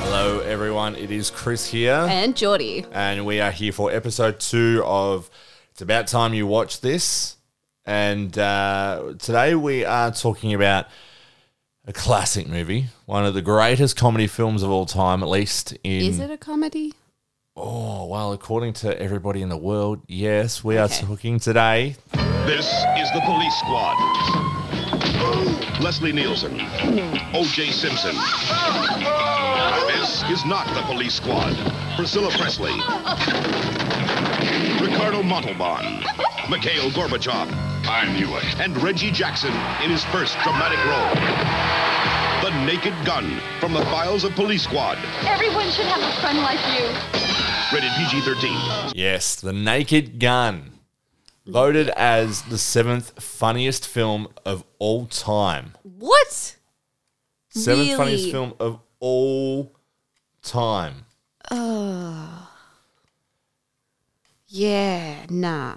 Hello, everyone. It is Chris here, and Geordie. and we are here for episode two of It's About Time You Watch This. And uh, today we are talking about a classic movie, one of the greatest comedy films of all time, at least in. Is it a comedy? Oh, well, according to everybody in the world, yes, we Okay. are talking today. This is the police squad. Leslie Nielsen. O.J. Simpson. This is not the police squad. Priscilla Presley. Ricardo Montalban. Mikhail Gorbachev. I knew it. And Reggie Jackson in his first dramatic role. The Naked Gun from the files of Police Squad. Everyone should have a friend like you. Rated PG 13. Yes, The Naked Gun. Voted as the seventh funniest film of all time. What? Seventh Really? funniest film of all time. Yeah, nah.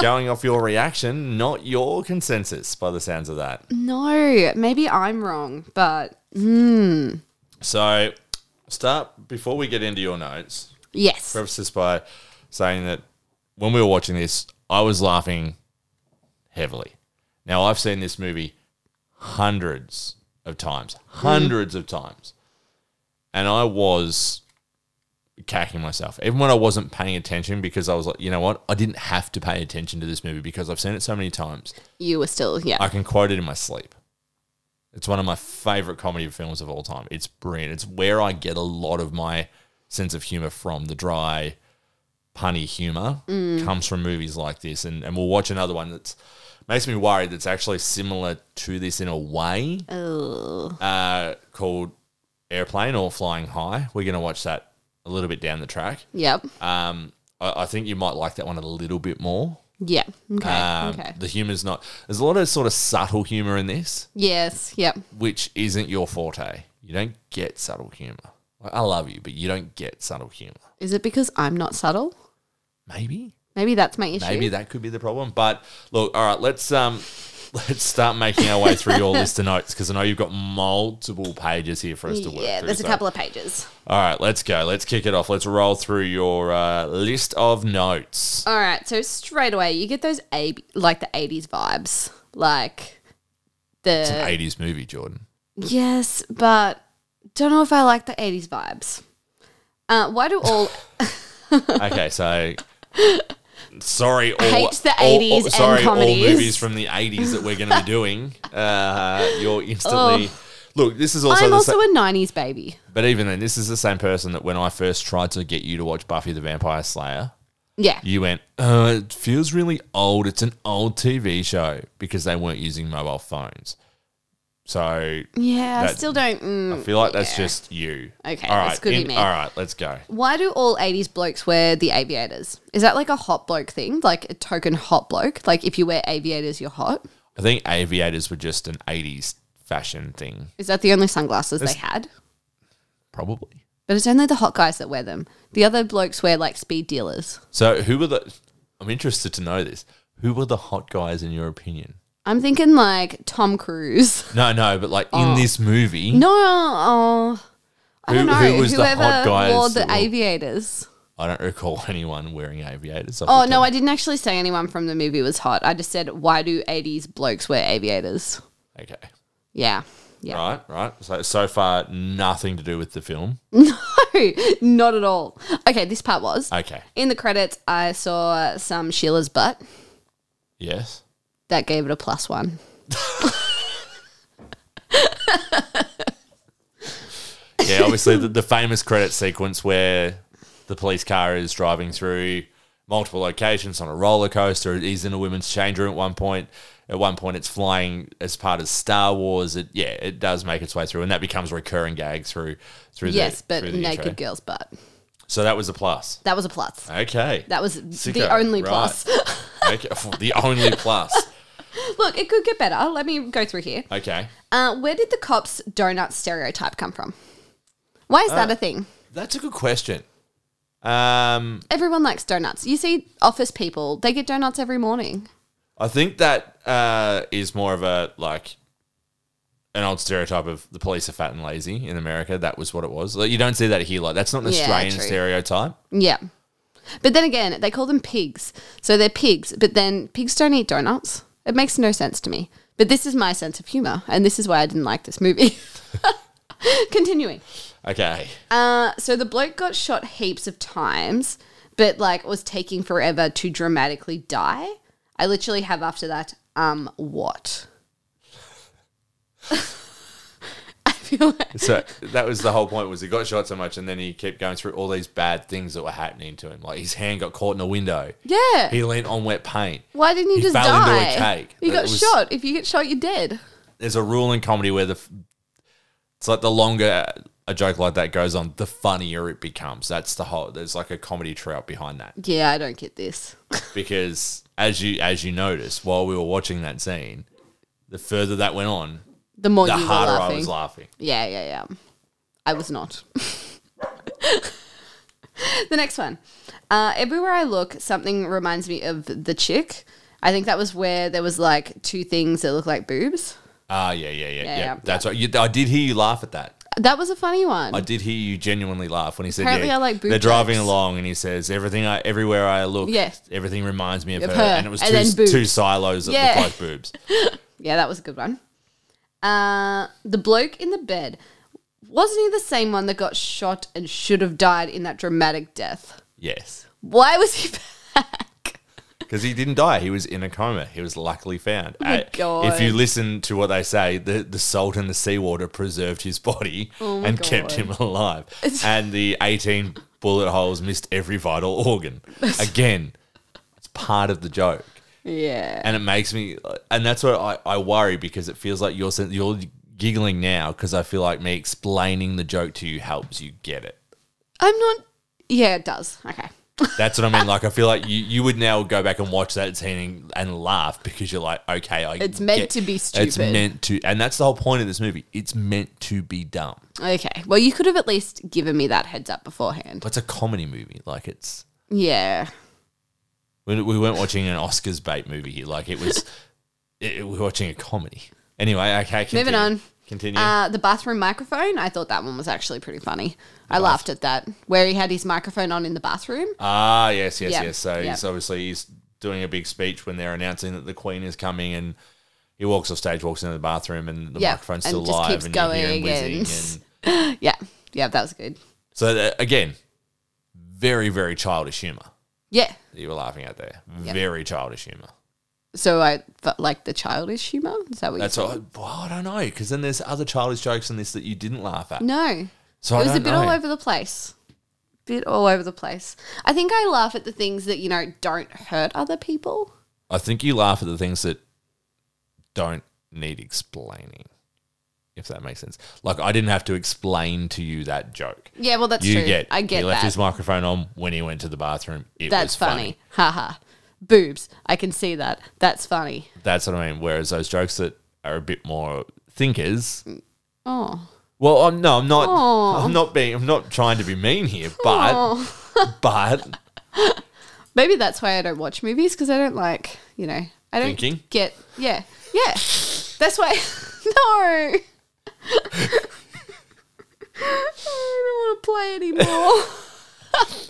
Going off your reaction, not your consensus by the sounds of that. No, maybe I'm wrong, but So, start before we get into your notes, yes. preface this by saying that when we were watching this, I was laughing heavily. Now, I've seen this movie hundreds of times, hundreds of times, and I was cacking myself. Even when I wasn't paying attention, because I was like, you know what? I didn't have to pay attention to this movie because I've seen it so many times. You were still, yeah. I can quote it in my sleep. It's one of my favorite comedy films of all time. It's brilliant. It's where I get a lot of my sense of humor from. The dry, punny humor comes from movies like this. And, and we'll watch another one that's makes me worried that's actually similar to this in a way Ugh. uh, called Airplane or Flying High. We're going to watch that a little bit down the track. Yep. Um, I, I think you might like that one a little bit more. yeah. Okay. Um, okay. The humor's not. There's a lot of sort of subtle humor in this yes. Yep. which isn't your forte. You don't get subtle humor. Like, I love you, but you don't get subtle humor. Is it because I'm not subtle? Maybe, Maybe that's my issue. maybe that could be the problem. But look, all right, let's um, let's start making our way through your list of notes because I know you've got multiple pages here for us to work. yeah, through, there's a so- couple of pages. All right, let's go. Let's kick it off. Let's roll through your uh, list of notes. All right, so straight away you get those a like the 80s vibes. Like the It's an '80s movie, Jordan. Yes, but don't know if I like the 80s vibes. Uh, why do all Okay, so. Sorry, all, Hates the all- all- 80s and sorry, comedies. all movies from the eighties that we're going to be doing. Uh, you're instantly look. This is also, Oh. I'm the also sa- a 90s baby. but even then, this is the same person that when I first tried to get you to watch Buffy the Vampire Slayer, Yeah. you went, uh, "It feels really old. It's an old TV show because they weren't using mobile phones." So Yeah, I That- still don't. Mm, I feel like that's just you. Okay, all that's right, good of me. all right, let's go. Why do all 80s blokes wear the aviators? Is that like a hot bloke thing? Like a token hot bloke? Like if you wear aviators, you're hot? I think aviators were just an eighties fashion thing, Is that the only sunglasses they had? probably. But it's only the hot guys that wear them. The other blokes wear like speed dealers. So who were the? I'm interested to know this. Who were the hot guys in your opinion? I'm thinking like Tom Cruise. No, no, but like in this movie, Oh. No, oh, I Who- don't know. who was the hot Whoever guys wore the that wore- aviators. I don't recall anyone wearing aviators. Oh no, I didn't actually say anyone from the movie was hot. I just said why do 80s blokes wear aviators? okay, Yeah. Yeah. right, right. So so far, nothing to do with the film. Not at all. Okay, this part was. Okay, In the credits, I saw some Sheila's butt. yes. That gave it a plus one. Yeah, obviously the, the famous credit sequence where the police car is driving through multiple locations on a roller coaster. He's in a women's change room at one point. At one point, it's flying as part of Star Wars. It yeah, it does make its way through, and that becomes a recurring gag through through yes, the but through the naked intro. girl's butt. So that was a plus. That was a plus. Uh, Okay, That was Sicko, the only right. plus. okay. the only plus. Look, it could get better. Let me go through here. Okay, Uh, where did the cops donut stereotype come from? Why is that a thing? that's a good question. Um, Everyone likes donuts. You see office people, they get donuts every morning. I think that uh, is more of a like an old stereotype of the police are fat and lazy in America. That was what it was. Like, you don't see that here. Like that's not an Yeah, Australian true. stereotype. Yeah. But then again, they call them pigs. So they're pigs, but then pigs don't eat donuts. It makes no sense to me. But this is my sense of humor, and this is why I didn't like this movie. Continuing. Okay. Uh, so the bloke got shot heaps of times, but like was taking forever to dramatically die. I literally have after that, um, what? I feel like, So that was the whole point was he got shot so much and then he kept going through all these bad things that were happening to him. Like his hand got caught in a window. yeah. He leant on wet paint. Why didn't you he just fell into die? a cake. You It got was- shot. If you get shot, you're dead. There's a rule in comedy where the f- it's like the longer a joke like that goes on, the funnier it becomes. That's the whole. There's like a comedy trout behind that Yeah, I don't get this. because as you as you notice while we were watching that scene, the further that went on, The more the Oh, you harder were laughing. I was laughing. Yeah, yeah, yeah. I was not. the next one. Uh, everywhere I look, something reminds me of the chick. I think that was where there was like two things that look like boobs. Ah, yeah, yeah, yeah, yeah. yeah. That's right. You, I did hear you laugh at that. That was a funny one. I did hear you genuinely laugh when he said, Apparently yeah, I like boob they're driving jokes. along and he says, everything I, everywhere I look, Yeah. everything reminds me of, Of her. her. And it was And two, then s- boobs. two silos that looked Yeah. like boobs. yeah, that was a good one. Uh, the bloke in the bed wasn't he the same one that got shot and should have died in that dramatic death? Yes. Why was he back? Because he didn't die. He was in a coma. He was luckily found. Oh my Uh, God. If you listen to what they say, the, the salt and the seawater preserved his body Oh and kept him alive. and the 18 bullet holes missed every vital organ. Again, it's part of the joke. Yeah. and it makes me and that's what I, I worry because it feels like you're sen- you're giggling now because I feel like me explaining the joke to you helps you get it. I'm not. Yeah, it does. Okay. That's what I mean. Like I feel like you, you would now go back and watch that scene and, and laugh because you're like, okay, I It's meant to be It's stupid. meant to, and that's the whole point of this movie. It's meant to be dumb. Okay. Well, you could have at least given me that heads up beforehand. But it's a comedy movie. Like it's Yeah. we, we weren't watching an Oscars bait movie here. Like it was, it, we were watching a comedy. Anyway, okay, continue. Moving on. Continue. Uh, the bathroom microphone. I thought that one was actually pretty funny. I laughed at that where he had his microphone on in the bathroom. Ah, yes, yes, Yeah, yes. So he's yeah. obviously he's doing a big speech when they're announcing that the Queen is coming, and he walks off stage, walks into the bathroom, and the Yeah, microphone's and still just live, keeps and you hear him going whizzing. and- And Yeah. Yeah, that was good. so that, again, very, very childish humor Yeah. that you were laughing at there. Very childish humor. So I felt like the childish humor. Is that what That's you all. Well, I don't know because then there's other childish jokes in this that you didn't laugh at. No. so it I was don't a bit know. all over the place. Bit all over the place. I think I laugh at the things that, you know, don't hurt other people. I think you laugh at the things that don't need explaining. If that makes sense. Like I didn't have to explain to you that joke. Yeah, well, that's you true. get. I get He left that. his microphone on when he went to the bathroom. It That's was funny. funny. Haha. Boobs. I can see that. That's funny. That's what I mean. Whereas those jokes that are a bit more thinkers. Oh. Well, I'm no, I'm not. Aw. I'm not being. I'm not trying to be mean here, but but Maybe that's why I don't watch movies because I don't like, you know, I don't Thinking? get. Yeah. Yeah. That's why. no. I don't want to play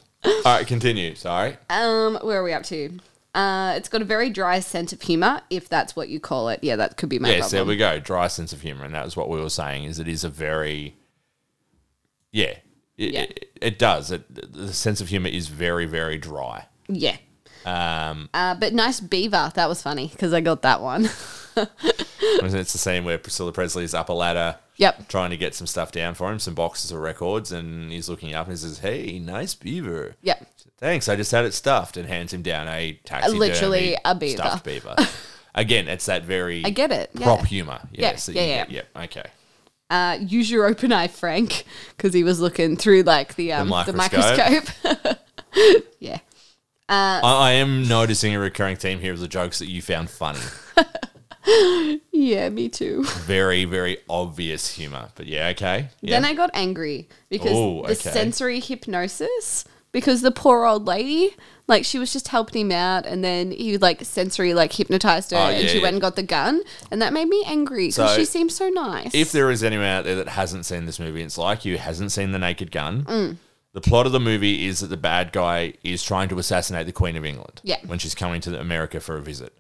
anymore. all right, continue. Sorry. Um, where are we up to? Uh, it's got a very dry sense of humor, if that's what you call it. Yeah, that could be my yes, problem. there we go. Dry sense of humor, and that was what we were saying. Is it is a very, yeah, it, Yeah. It, it does. It, the sense of humor is very, very dry. Yeah. Um, Uh, but nice beaver. That was funny because I got that one. and it's the scene where Priscilla Presley's up a ladder, Yep. trying to get some stuff down for him, some boxes of records, and he's looking up and he says, "Hey, nice beaver." Yep. Thanks. I just had it stuffed, and hands him down a taxi. literally a beaver. stuffed beaver. Again, it's that very I get it. prop yeah. humor. Yes, that yeah, you yeah. get. Yep. Okay. uh, use your open eye, Frank, because he was looking through like the um, the microscope. microscope. yeah, Uh, I, I am noticing a recurring theme here of the jokes that you found funny. yeah, me too. very, very obvious humor. But yeah, okay. Yeah. Then I got angry because Oh, the okay. sensory hypnosis because the poor old lady, like she was just helping him out, and then he like sensory like hypnotized her, Oh, yeah, and she yeah. went and got the gun, and that made me angry because So, she seemed so nice. If there is anyone out there that hasn't seen this movie, it's like you hasn't seen The Naked Gun. Mm. The plot of the movie is that the bad guy is trying to assassinate the Queen of England Yeah. Mm. when she's coming to America for a visit.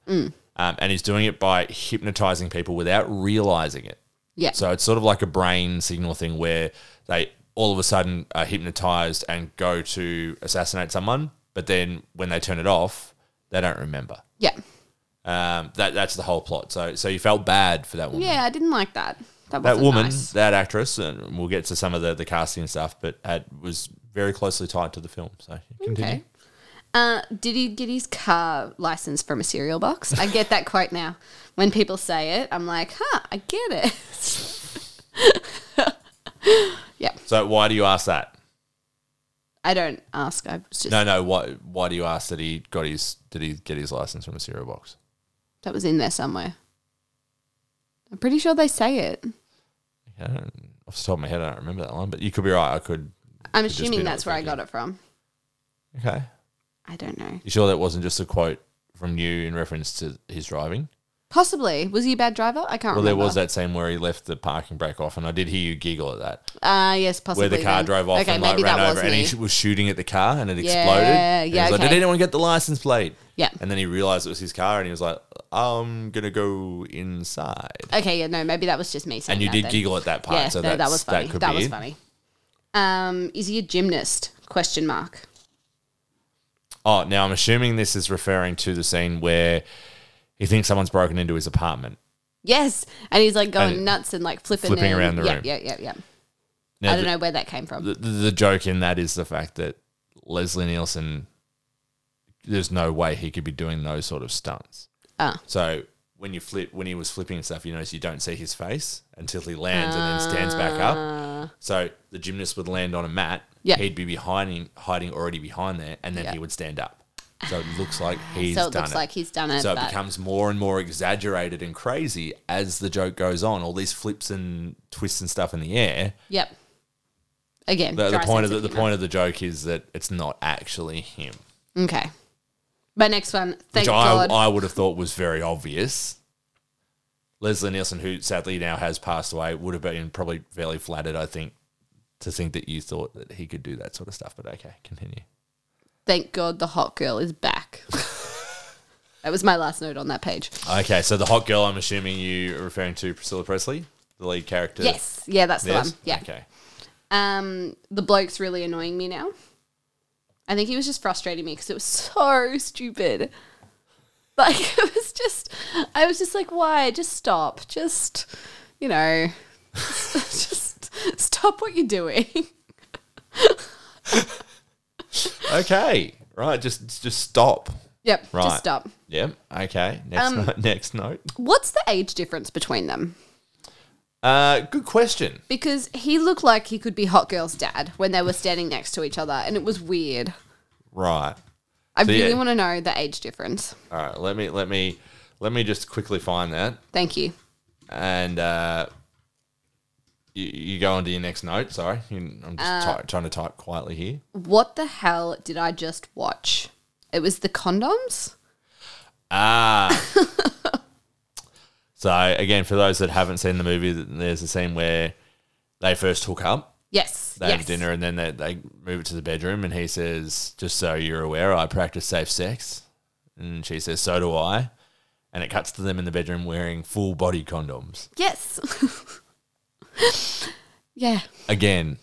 Um, and he's doing it by hypnotizing people without realizing it. yeah, So it's sort of like a brain signal thing where they all of a sudden are hypnotized and go to assassinate someone, but then when they turn it off, they don't remember. yeah, Um, that that's the whole plot. So so you felt bad for that woman. yeah. I didn't like that. that That, wasn't woman, nice. that actress, and we'll get to some of the, the casting and stuff, but had, was very closely tied to the film. So continue. Okay. Uh, did he get his car license from a cereal box? I get that quote now. When people say it, I'm like, huh, I get it. yeah, So why do you ask that? I don't ask. I was just No, no. Why why do you ask that he got his did he get his license from a cereal box? that was in there somewhere. I'm pretty sure they say it. I don't, off the top of my head, I don't remember that one, but you could be right. I could. I'm just assuming been that's where I got it from. Okay. I don't know. You sure that wasn't just a quote from you in reference to his driving? Possibly. Was he a bad driver? I can't Well, there remember. was that scene where he left the parking brake off, and I did hear you giggle at that. Uh, yes, possibly. Where the car then. drove off Okay, and like maybe ran that over, was and me. he sh- was shooting at the car, and it Yeah, exploded. And yeah, he was like, okay. did anyone get the license plate? Yeah. And then he realized it was his car, and he was like, "I'm gonna go inside." okay, yeah, no, maybe that was just me. Saying And you that did then. giggle at that part, yeah, so no, that that's- was funny. That, could That be was it. funny. Um, is he a gymnast? Question mark. Oh, now I'm assuming this is referring to the scene where he thinks someone's broken into his apartment. Yes, and he's like going And it- nuts and like flipping, flipping and- around the yeah, room. Yeah, yeah, yeah. Now, I don't the- know where that came from. the, the the joke in that is the fact that Leslie Nielsen, there's no way he could be doing those sort of stunts. Ah. So when you flip, when he was flipping and stuff, you notice you don't see his face until he lands and then stands back up. So the gymnast would land on a mat. Ah. Yeah. He'd be behind him, hiding already behind there, and then Yeah. he would stand up. So it looks like he's so it done looks it. like he's done it. so it but becomes more and more exaggerated and crazy as the joke goes on. All these flips and twists and stuff in the air yep. Again, the, the dry point of sense the, the humour. point of the joke is that it's not actually him, Okay. My next one. Thank which I, God. I would have thought was very obvious. Leslie Nielsen, who sadly now has passed away, would have been probably fairly flattered, I think, to think that you thought that he could do that sort of stuff. But okay, continue. thank God the hot girl is back. that was my last note on that page. Okay, so the hot girl, I'm assuming you are referring to Priscilla Presley, the lead character. Yes. Yeah, that's the Yes? one. Yeah. Okay. Um, the bloke's really annoying me now. I think he was just frustrating me because it was so stupid. Like it was just, I was just like, why? Just stop. Just, you know, just stop what you're doing. Okay. Right. Just just stop. Yep. Right. Just stop. Yep. Okay. Next Um, note, next note. What's the age difference between them? Uh, good question. Because he looked like he could be Hot Girl's dad when they were standing next to each other, and it was weird. Right. I So, yeah. really want to know the age difference. All right, let me let me let me just quickly find that, Thank you. and uh, you, you go on to your next note. Sorry, You- I'm just ty- trying to type quietly here. What the hell did I just watch? It was the condoms? Ah. so again, for those that haven't seen the movie, th- there's a scene where they first hook up, Yes. they yes. have dinner, and then they, they move it to the bedroom, and he says, "Just so you're aware, I practice safe sex," and she says, "So do I." And it cuts to them in the bedroom wearing full body condoms. Yes. yeah. again,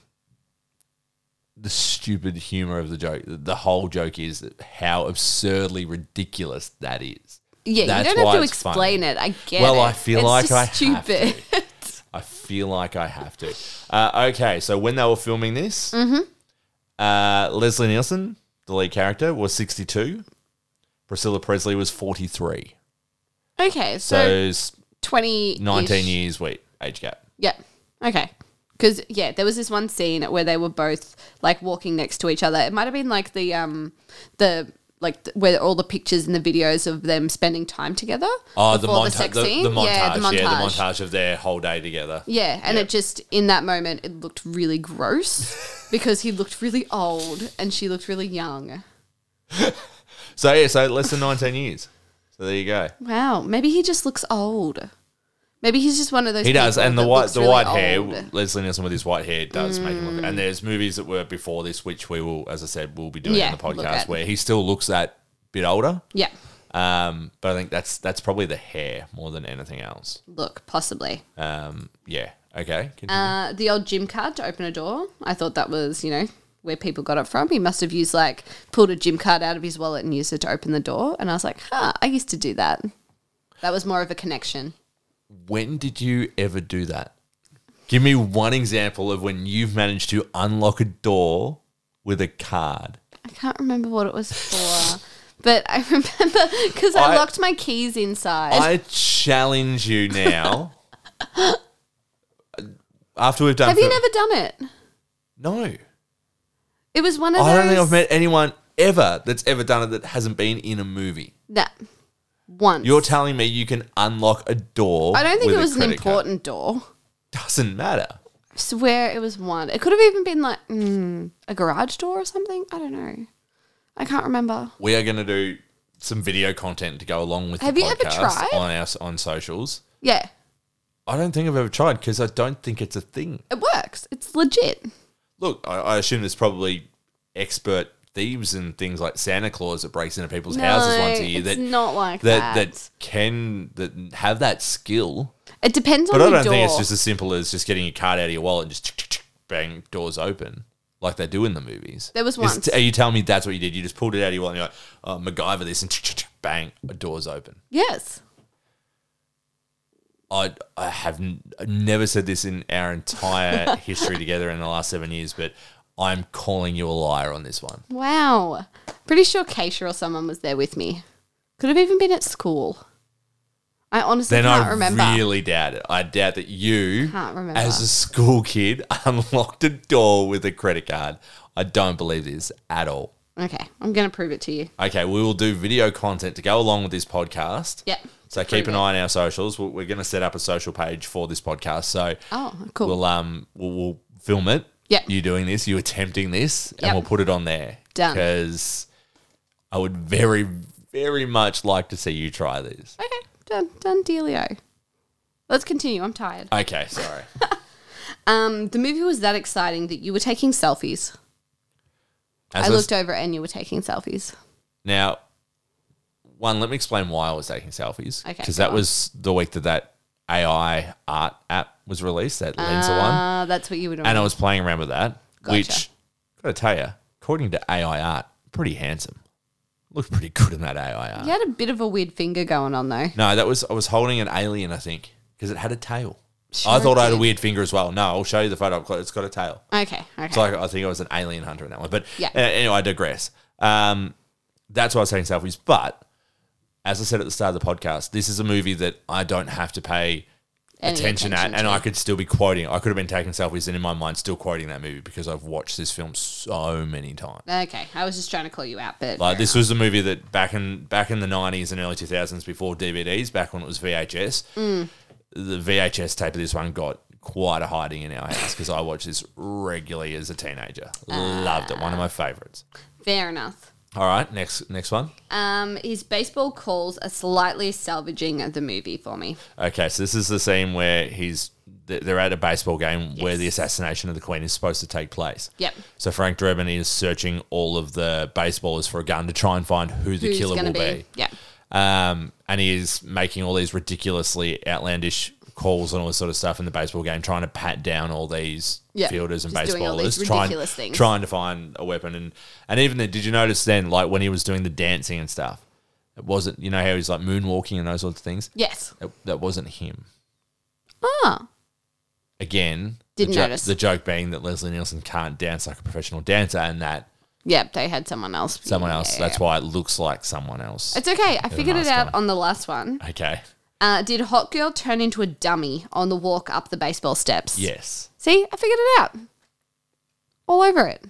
the stupid humor of the joke. The whole joke is how absurdly ridiculous that is. Yeah. That's you don't why have to it's explain funny. it. I get Well, it. I feel It's like just I have stupid. I feel like I have to. Uh, okay, so when they were filming this, Mm-hmm. uh, Leslie Nielsen, the lead character, was 62. Priscilla Presley was 43. okay. So, So, it's 20. 19 years, wait, age gap. Yeah. Okay. Because yeah, there was this one scene where they were both like walking next to each other. It might have been like the um the like th- where all the pictures and the videos of them spending time together. Oh, the, before monta- sex the, scene. the montage. Yeah, the montage. yeah, the montage of their whole day together. Yeah, and it just in that moment it looked really gross. because he looked really old and she looked really young. So yeah, so less than 19 years. So there you go. Wow, maybe he just looks old. Maybe he's just one of those. He does, people and the that white looks the really white hair, old. Mm. Leslie Nielsen with his white hair does make him look. And there's movies that were before this, which we will, as I said, we'll be doing Yeah, in the look podcast, at. where he still looks that bit older. Yeah, Um, but I think that's that's probably the hair more than anything else. look possibly. Um, yeah. Okay. Continue. Uh, the old gym card to open a door. I thought that was, you know, where people got it from. He must have used like pulled a gym card out of his wallet and used it to open the door. And I was like, huh, I used to do that. That was more of a connection. when did you ever do that? Give me one example of when you've managed to unlock a door with a card. I can't remember what it was for, but I remember because I, I- locked my keys inside. I challenge you now. After we've done, have you fir- never done it? No. It was one of I those. don't think I've met anyone ever that's ever done it that hasn't been in a movie. that once. You're telling me you can unlock a door. I don't think with it a was an credit card. important door. Doesn't matter. I swear it was one. It could have even been like mm, a garage door or something. I don't know. I can't remember. We are going to do some video content to go along with. Have the you ever podcast tried? on our on socials? Yeah, I don't think I've ever tried because I don't think it's a thing. it works. It's legit. Look, I, I assume there's probably expert thieves and things like Santa Claus that breaks into people's houses once a year it's that not like that, that. that can that have that skill. It depends on But I the don't door. think it's just as simple as just getting your card out of your wallet and just bang doors open like they do in the movies. There was Is- once. are you telling me that's what you did? You just pulled it out of your wallet and you're like, oh, MacGyver this and bang, doors open. yes. I I have n- never said this in our entire history together in the last seven years, but I'm calling you a liar on this one. Wow. Pretty sure Keisha or someone was there with me. Could have even been at school. I honestly Then can't I remember. really doubt it. I doubt that you, Can't remember. as a school kid, unlocked a door with a credit card. I don't believe this at all. Okay, I'm going to prove it to you. Okay, we will do video content to go along with this podcast. Yep. So keep an Prove eye on our socials. We're, we're going to set up a social page for this podcast. So Oh, cool. we'll um we'll, we'll film it. Yep. You doing this? You attempting this? And Yep. we'll put it on there. Done. Because I would very very much like to see you try this. Okay, done, done, dealio. Let's continue. I'm tired. Okay, sorry. Um, the movie was that exciting that you were taking selfies. As I was- looked over and you were taking selfies. Now, one, let me explain why I was taking selfies. Okay, Because go that on. was the week that that AI art app was released. That Lenser one. Uh, that's what you were doing. and I was playing around with that, Gotcha. which gotta tell you, according to AI art, pretty handsome. Looked pretty good in that AI art. you had a bit of a weird finger going on though. No, that was I was holding an alien, I think, because it had a tail. I Sure thought I had a did. weird finger as well. No, I'll show you the photo. up close. It's got a tail. Okay, okay. So I, I think I was an alien hunter in that one. But Yeah. a- anyway, I digress. Um, that's why I was taking selfies. But as I said at the start of the podcast, this is a movie that I don't have to pay Any attention, at, and to. I could still be quoting. I could have been taking selfies and in my mind still quoting that movie because I've watched this film so many times. Okay, I was just trying to call you out, but Like this was a movie that back in back in the nineties and early two thousands before DVDs, back when it was VHS, the VHS tape of this one got quite a hiding in our house because I watched this regularly as a teenager. Loved it. One of my favorites. fair enough. All right, next next one. Um, his baseball calls are slightly salvaging of the movie for me. Okay, so this is the scene where he's th- they're at a baseball game where Yes. the assassination of the queen is supposed to take place. Yep. So Frank Drebin is searching all of the baseballers for a gun to try and find who the Who's killer gonna will be? be. Yeah. Um, and he is making all these ridiculously outlandish calls and all this sort of stuff in the baseball game, trying to pat down all these Yeah, fielders and just doing all baseballers, these trying, ridiculous things. trying to find a weapon. And and even then, did you notice then, like when he was doing the dancing and stuff, it wasn't you know how he was like moonwalking and those sorts of things. Yes. It, that wasn't him. Ah. Again, Didn't the, jo- notice. the joke being that Leslie Nielsen can't dance like a professional dancer, and that Yep, they had someone else. someone else. Yeah. That's why it looks like someone else. It's okay. I figured it mask out on. on the last one. okay. Uh, did Hot Girl turn into a dummy on the walk up the baseball steps? Yes, See, I figured it out. All over it.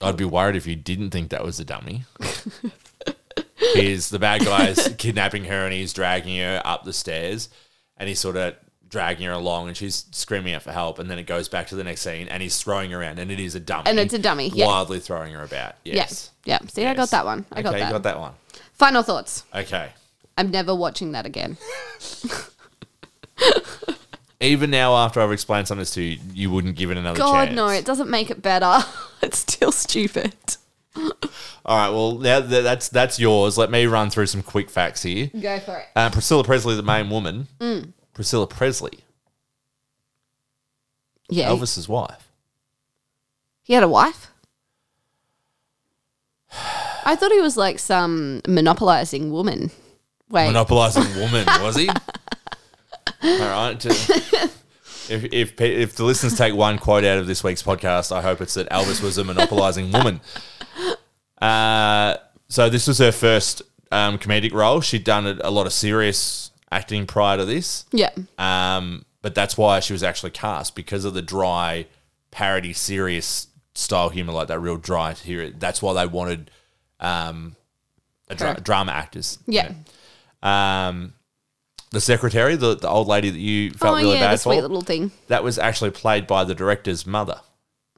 I'd be worried if you didn't think that was a dummy. he's the bad guy's kidnapping her and he's dragging her up the stairs, and he sort of dragging her along and she's screaming out for help. And then it goes back to the next scene and he's throwing her around and it is a dummy. And it's a dummy, yeah. Wildly throwing her about. Yes. Yeah. Yeah. See, I Yes. got that one. I got okay, that. you got that one. Final thoughts. Okay. I'm never watching that again. Even now, after I've explained some of this to you, you wouldn't give it another God, chance. no, it doesn't make it better. It's still stupid. All right. Well, now that that's that's yours. Let me run through some quick facts here. Go for it. Uh, Priscilla Presley, the main woman. Mm. Priscilla Presley, Yeah. Elvis's wife. He had a wife? I thought he was like some monopolizing woman. Wait. Monopolizing woman, was he? All right. to- if, if pe- if the listeners take one quote out of this week's podcast, I hope it's that Elvis was a monopolizing woman. Uh, so this was her first um, comedic role. She'd done a, a lot of serious acting prior to this. yeah. Um, but that's why she was actually cast because of the dry parody, serious style humor, like that real dry humor. That's why they wanted um, a dra- Her. drama actors. Yeah. Um, the secretary, the, the old lady that you felt oh, really yeah, the bad for, sweet little thing. that was actually played by the director's mother,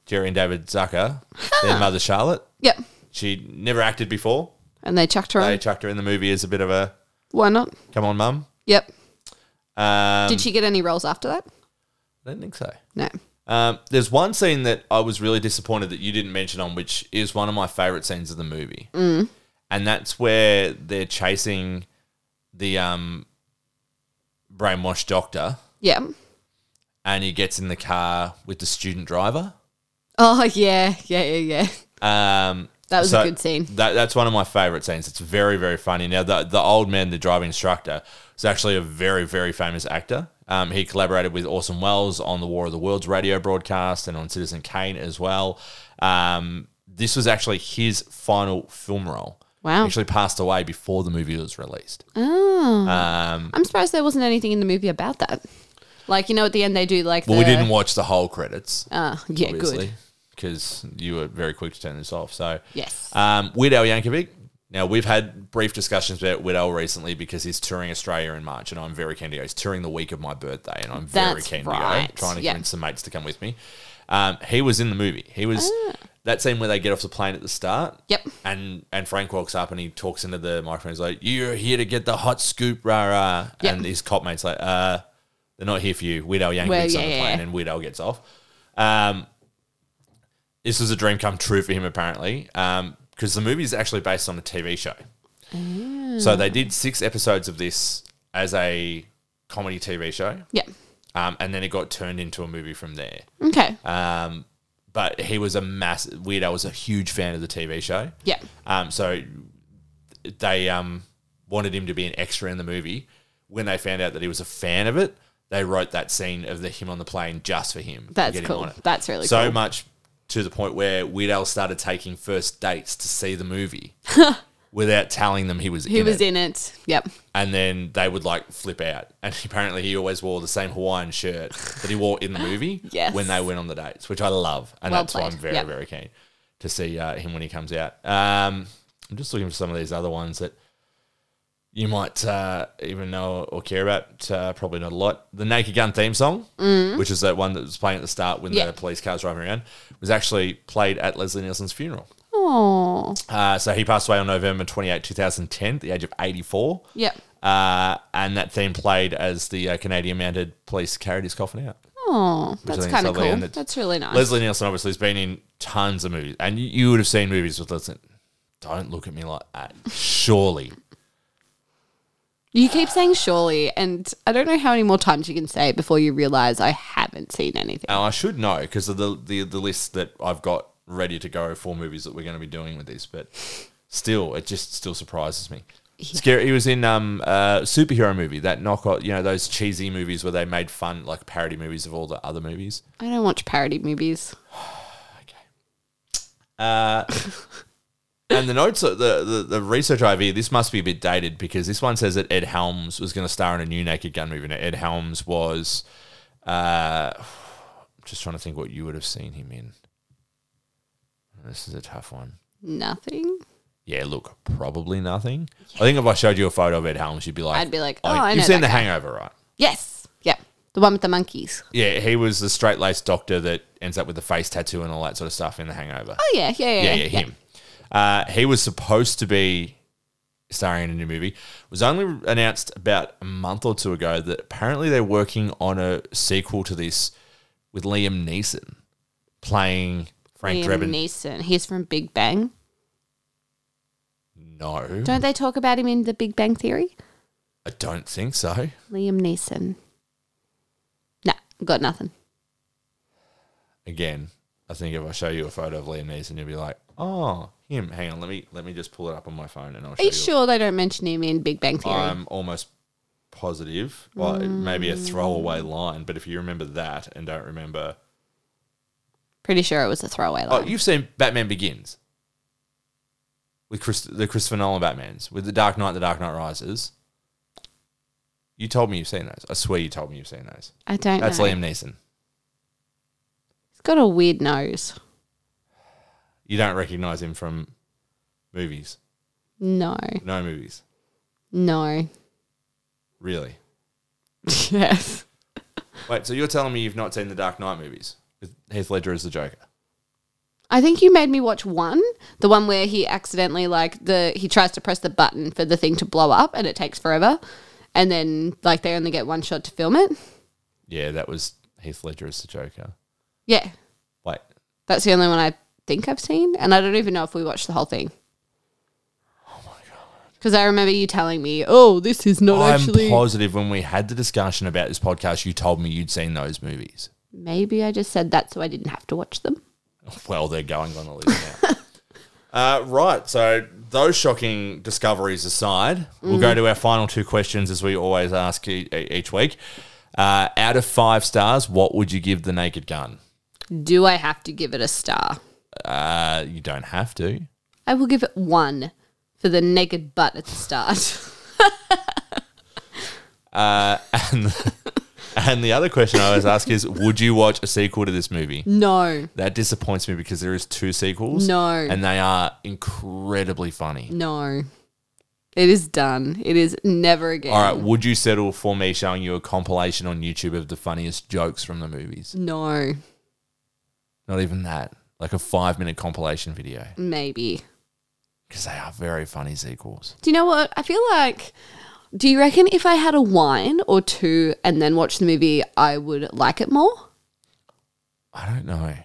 Jerry and David Zucker, Ah. their mother Charlotte. Yep. She never acted before. And they chucked her They on. chucked her in the movie as a bit of a Why not? come on, mum. Yep. Um, Did she get any roles after that? I don't think so. No. Um, there's one scene that I was really disappointed that you didn't mention on, which is one of my favorite scenes of the movie, Mm. and that's where they're chasing the um, brainwashed doctor, Yeah. and he gets in the car with the student driver. Oh, yeah. Yeah, yeah, yeah. Um, That was a good scene. That, that's one of my favorite scenes. It's very, very funny. Now, the, the old man, the driving instructor, is actually a very, very famous actor. Um, he collaborated with Orson Welles on the War of the Worlds radio broadcast and on Citizen Kane as well. Um, this was actually his final film role. Wow. He actually passed away before the movie was released. Oh. Um, I'm surprised there wasn't anything in the movie about that. Like, you know, at the end they do like well, we the, didn't watch the whole credits. Uh, yeah, obviously, good. because you were very quick to turn this off. So Yes. um, Weird Al Yankovic. Now we've had brief discussions about Weird Al recently because he's touring Australia in March, and I'm very keen to go. He's touring the week of my birthday, and I'm very That's keen to go. right. Trying to Yeah. convince some mates to come with me. Um, he was in the movie. He was that scene where they get off the plane at the start. Ah. Yep. And and Frank walks up and he talks into the microphone. He's like, "You're here to get the hot scoop, rah rah." Yep. And his cop mate's like, "Uh, they're not here for you." Weird Al Yankovic's Well, on the yeah, yeah, plane, yeah. and Weird Al gets off. Um, this was a dream come true for him, apparently, because the movie is actually based on a TV show. Mm. So they did six episodes of this as a comedy TV show, Yeah. um, and then it got turned into a movie from there. Okay. Um, but he was a massive Weird Al was a huge fan of the TV show. yeah. Um, so they um, wanted him to be an extra in the movie. When they found out that he was a fan of it, they wrote that scene of the him on the plane just for him. to That's get him cool. on it. That's really so cool. much to the point where Weird Al started taking first dates to see the movie without telling them he was Who in was it. in it? Yep. And then they would like flip out. And apparently he always wore the same Hawaiian shirt that he wore in the movie Yes. when they went on the dates, which I love. And Well that's why I'm played. very, Yep. very keen to see uh, him when he comes out. Um, I'm just looking for some of these other ones that you might uh, even know or care about. Uh, probably not a lot. The Naked Gun theme song, which is that one that was playing at the start when Mm. Yeah. the police car's driving around, was actually played at Leslie Nielsen's funeral. Oh. Uh, so he passed away on November 28, 2010, at the age of 84. Yep. Uh, and that theme played as the uh, Canadian mounted police carried his coffin out. Oh, that's think kind of it's lovely, cool. and it's- That's really nice. Leslie Nielsen obviously has been in tons of movies, and you, you would have seen movies with Leslie. Don't look at me like that. Surely. you keep saying surely, and I don't know how many more times you can say it before you realize I haven't seen anything. Now, I should know because of the, the, the list that I've got ready to go for movies that we're going to be doing with this, but still, it just still surprises me. Scary. He was in um uh superhero movie that knockout, you know those cheesy movies where they made fun like parody movies of all the other movies. I don't watch parody movies. Uh, And the notes, the, the the research I have here, this must be a bit dated because this one says that Ed Helms was going to star in a new Naked Gun movie. Now, Ed Helms was, uh, just trying to think what you would have seen him in. This is a tough one. Nothing. Yeah, look, probably nothing. I think if I showed you a photo of Ed Helms, you'd be like, I'd be like, oh, I you've know seen that The Hangover, right? Yes. Yep. The one with the monkeys. Yeah, he was the straight laced doctor that ends up with the face tattoo and all that sort of stuff in The Hangover. Oh yeah, yeah, yeah, yeah, yeah, him. Uh, he was supposed to be starring in a new movie. It was only announced about a month or two ago that apparently they're working on a sequel to this with Liam Neeson playing Frank Liam Drebin. Neeson. He's from Big Bang. no, Don't they talk about him in The Big Bang Theory? I don't think so. Liam Neeson. Nah, got nothing. Again, I think if I show you a photo of Liam Neeson, you'll be like, "Oh, him." Hang on, let me let me just pull it up on my phone and I'll show Are you you. sure they don't mention him in Big Bang Theory? I'm almost positive. Well, it may be a throwaway line, but if you remember that and don't remember, Pretty sure it was a throwaway oh, line. you've seen Batman Begins with Chris, the Christopher Nolan Batmans with the Dark Knight, the Dark Knight Rises. You told me you've seen those. I swear you told me you've seen those. I don't That's know. Liam Neeson. He's got a weird nose. You don't recognize him from movies, No, no movies, no. really. yes. Wait, so you're telling me you've not seen the Dark Knight movies with Heath Ledger as the Joker? I think you made me watch one, the one where he accidentally like the he tries to press the button for the thing to blow up and it takes forever, and then like they only get one shot to film it. Yeah, that was Heath Ledger as the Joker. Yeah, Wait, that's the only one I think I've seen, and I don't even know if we watched the whole thing. Oh my god! Because I remember you telling me, "Oh, this is not I'm actually." positive when we had the discussion about this podcast, you told me you'd seen those movies. Maybe I just said that so I didn't have to watch them. Well, they're going on a list now. uh, right. So, those shocking discoveries aside, we'll go to our final two questions as we always ask e- e- each week. Uh, out of five stars, what would you give The Naked Gun? Do I have to give it a star? Uh, you don't have to. I will give it one for the naked butt at the start. And, and the other question I always ask is Would you watch a sequel to this movie? no. That disappoints me because there is two sequels. No. And they are incredibly funny. No. It is done. It is never again. All right, would you settle for me showing you a compilation on YouTube of the funniest jokes from the movies? No. Not even that. Like a five minute compilation video. Maybe. Because they are very funny sequels. Do you know what? I feel like do you reckon if I had a wine or two and then watched the movie, I would like it more? I don't know.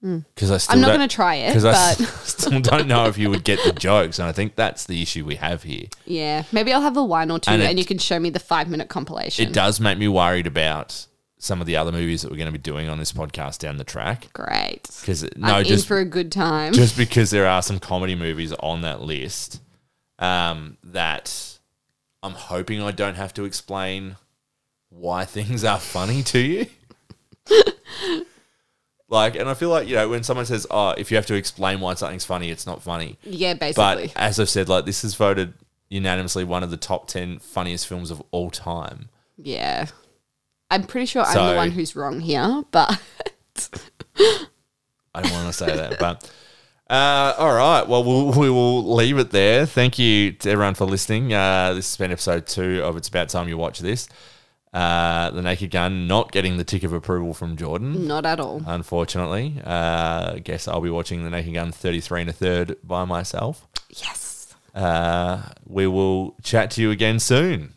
Because I still Mm. I'm not don't- going to try it, 'cause I s- but still don't know if you would get the jokes. And I think that's the issue we have here. yeah, maybe I'll have a wine or two And and, it- you can show me the 5-minute compilation. It does make me worried about some of the other movies that we're going to be doing on this podcast down the track. Great. Because, I'm no, in just for a good time. just because there are some comedy movies on that list um, that I'm hoping I don't have to explain why things are funny to you. like, and I feel like, you know, when someone says, oh, if you have to explain why something's funny, it's not funny. yeah, But basically. as I've said, like, this is voted unanimously one of the top 10 funniest films of all time. yeah. I'm pretty sure I'm So- the one who's wrong here, but I don't want to say that, but uh, all right. Well, we'll we will leave it there. Thank you to everyone for listening. Uh, this has been episode two of It's About Time You Watch This. Uh, the Naked Gun not getting the tick of approval from Jordan, not at all. unfortunately. Uh, I guess I'll be watching The Naked Gun 33 and a third by myself. Yes. Uh, we will chat to you again soon.